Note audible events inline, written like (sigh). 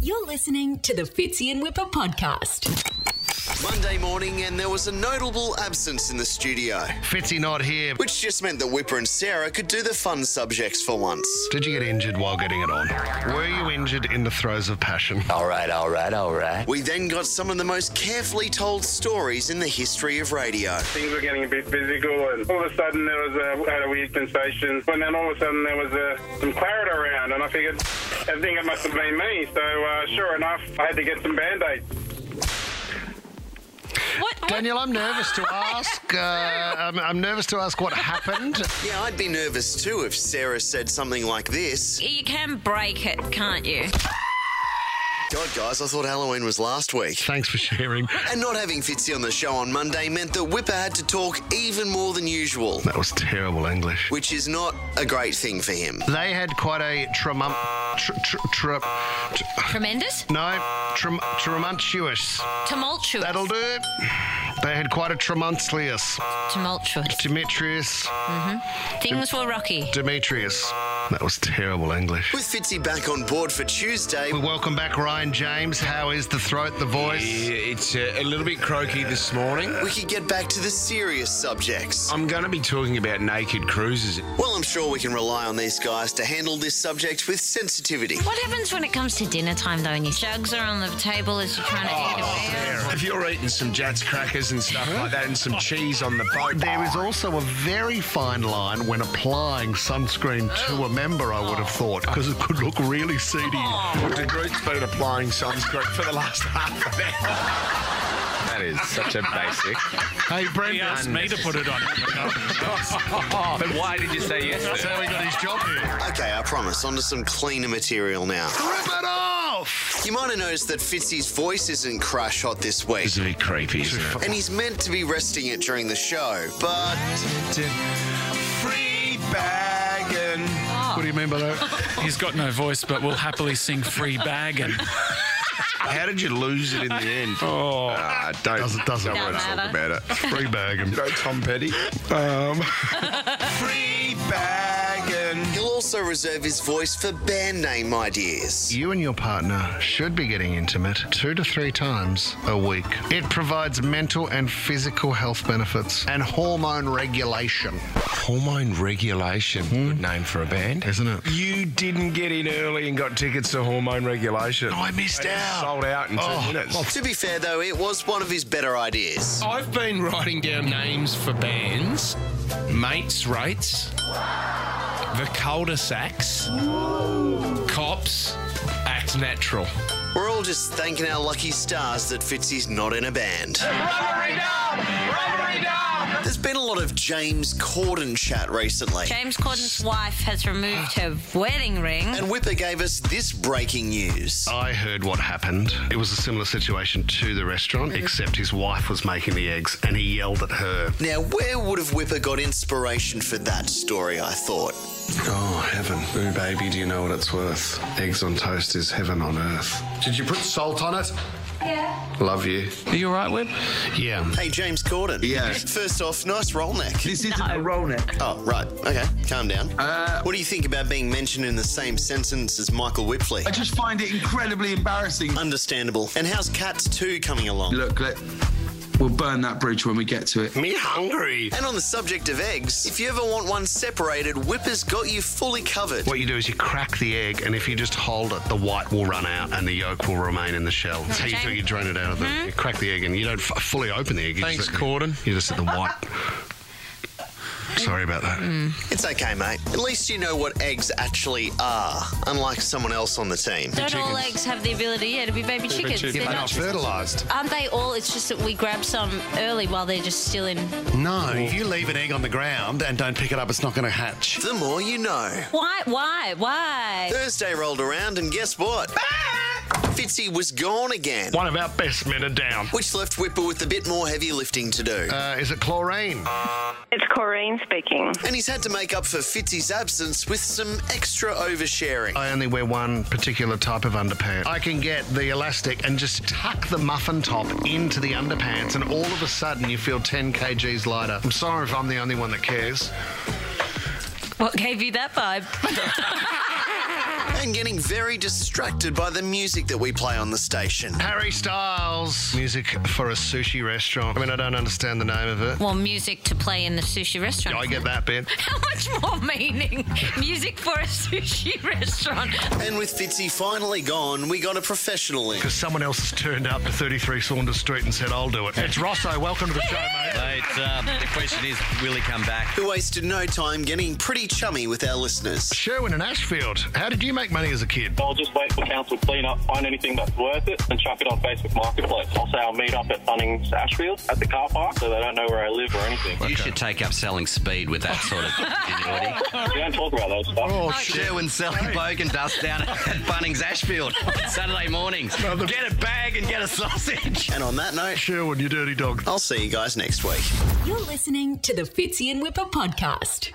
You're listening to the Fitzy and Whipper podcast. Monday morning, and there was a notable absence in the studio, Fitzy not here. which just meant that Whipper and Sarah could do the fun subjects for once. Did you get injured while getting it on? Were you injured in the throes of passion? All right, all right, all right. We then got some of the most carefully told stories in the history of radio. things were getting a bit physical, and all of a sudden there was a, I had a weird sensation. And then all of a sudden there was a, some claret around, and I figured, I think it must have been me. So uh, sure enough, I had to get some band aids. What? Daniel, I'm nervous to ask. Uh, I'm, I'm nervous to ask what happened. Yeah, I'd be nervous too if Sarah said something like this. You can break it, can't you? God, guys, I thought Halloween was last week. Thanks for sharing. And not having Fitzy on the show on Monday meant that Whipper had to talk even more than usual, That was terrible English. which is not a great thing for him. They had quite a tremum. Tr, tr, tr, tr, Tremendous? no, trem, tremuntous. Tumultuous. That'll do. They had quite a tremuntous. Tumultuous. Demetrius. Things were rocky. Demetrius. That was terrible English. With Fitzy back on board for Tuesday, We welcome back Ryan James. How is the throat, the voice? Yeah, it's uh, a little bit croaky this morning. we could get back to the serious subjects. I'm going to be talking about naked cruises. Well, I'm sure we can rely on these guys to handle this subject with sensitivity. What happens when it comes to dinner time, though, and your jugs are on the table as you're trying to eat away? If you're eating some Jats crackers and stuff like that and some cheese on the boat, There is also a very fine line when applying sunscreen to a member, I would have thought, because it could look really seedy. the group's been applying sunscreen for the last half an hour. That is such a basic. Hey, Brendan. asked me to put it on. But why did you say yes? That's how he got his job here. Okay, I promise, onto some cleaner material now. Rip it off! You might have noticed that Fitzy's voice isn't crush hot this week, It's a bit creepy, isn't it? and he's meant to be resting it during the show, but Free bagging. What do you mean by that? He's got no voice, but will happily sing free bag. And How did you lose it in the end? Oh, don't, Doesn't- doesn't don't wanna matter. talk about (laughs) it. Free bag him. No Tom Petty. Um. (laughs) Free bagging. he'll also reserve his voice for band name ideas. You and your partner should be getting intimate two to three times a week. It provides mental and physical health benefits and hormone regulation, Hormone regulation. Hmm? Good name for a band. isn't it? You didn't get in early and got tickets to hormone regulation. I missed They Sold out in two Oh. minutes. To be fair, though, it was one of his better ideas. I've been writing down names for bands, mates rates, the cul-de-sacs, cops, act natural. We're all just thanking our lucky stars that Fitzy's not in a band. There's been a lot of James Corden chat recently. James Corden's wife has removed her wedding ring. And Whipper gave us this breaking news. I heard what happened. It was a similar situation to the restaurant, except his wife was making the eggs and he yelled at her. Now, where would have Whipper got inspiration for that story, I thought? Oh, heaven. Boo, baby, do you know what it's worth? Eggs on toast is heaven on earth. Did you put salt on it? Love you. are you all right, Web? Yeah. Hey, James Corden. Yeah. First off, nice roll neck. This isn't a roll neck. Uh, Oh, right. Okay, calm down. what do you think about being mentioned in the same sentence as Michael Whipley? I just find it incredibly embarrassing. Understandable. And how's Cats 2 coming along? Look, let, we'll burn that bridge when we get to it. Me hungry. And on the subject of eggs, if you ever want one separated, Whipper's got you fully covered. What you do is you crack the egg, and if you just hold it, the white will run out and the yolk will remain in the shell. That's how you, Jane- do it, you drain it out of the. You crack the egg, and you don't f- fully open the egg. You Thanks, just, Corden. You just let the white. Sorry about that. It's okay, mate. At least you know what eggs actually are, unlike someone else on the team. Don't all eggs have the ability, yeah, to be baby chickens? They're not- fertilised. Aren't they all? It's just that we grab some early while they're just still in. No, if you leave an egg on the ground and don't pick it up, it's not going to hatch. The more you know. Why? Why? Why? Thursday rolled around, and guess what? Fitzy was gone again, One of our best men are down. which left Whipper with a bit more heavy lifting to do. Uh, is it chlorine? It's Corrine speaking. and he's had to make up for Fitzy's absence with some extra oversharing. I only wear one particular type of underpants. I can get the elastic and just tuck the muffin top into the underpants, and all of a sudden you feel 10 kgs lighter. I'm sorry if I'm the only one that cares. What gave you that vibe? and getting very distracted by the music that we play on the station. Harry Styles. Music for a sushi restaurant. I mean, I don't understand the name of it. Well, music to play in the sushi restaurant. I get that bit. (laughs) How much more meaning? Music for a sushi restaurant. And with Fitzy finally gone, we got a professional in. Because someone else has turned up to 33 Saunders Street and said, I'll do it. It's Rosso. Welcome to the show, mate. the question is, will he come back? Who wasted no time getting pretty chummy with our listeners. Sherwin and Ashfield. How did you make money as a kid? I'll just wait for council clean up, find anything that's worth it, and chuck it on Facebook Marketplace. I'll say I'll meet up at Bunnings Ashfield at the car park so they don't know where I live or anything. You should take up selling speed with that sort of ingenuity. We don't talk about those stuff. Sherwin selling bogan dust down at Bunnings Ashfield on Saturday mornings. Get a bag and get a sausage. And on that note, Sherwin, you dirty dog. I'll see you guys next week. You're listening to the Fitzy and Whipper podcast.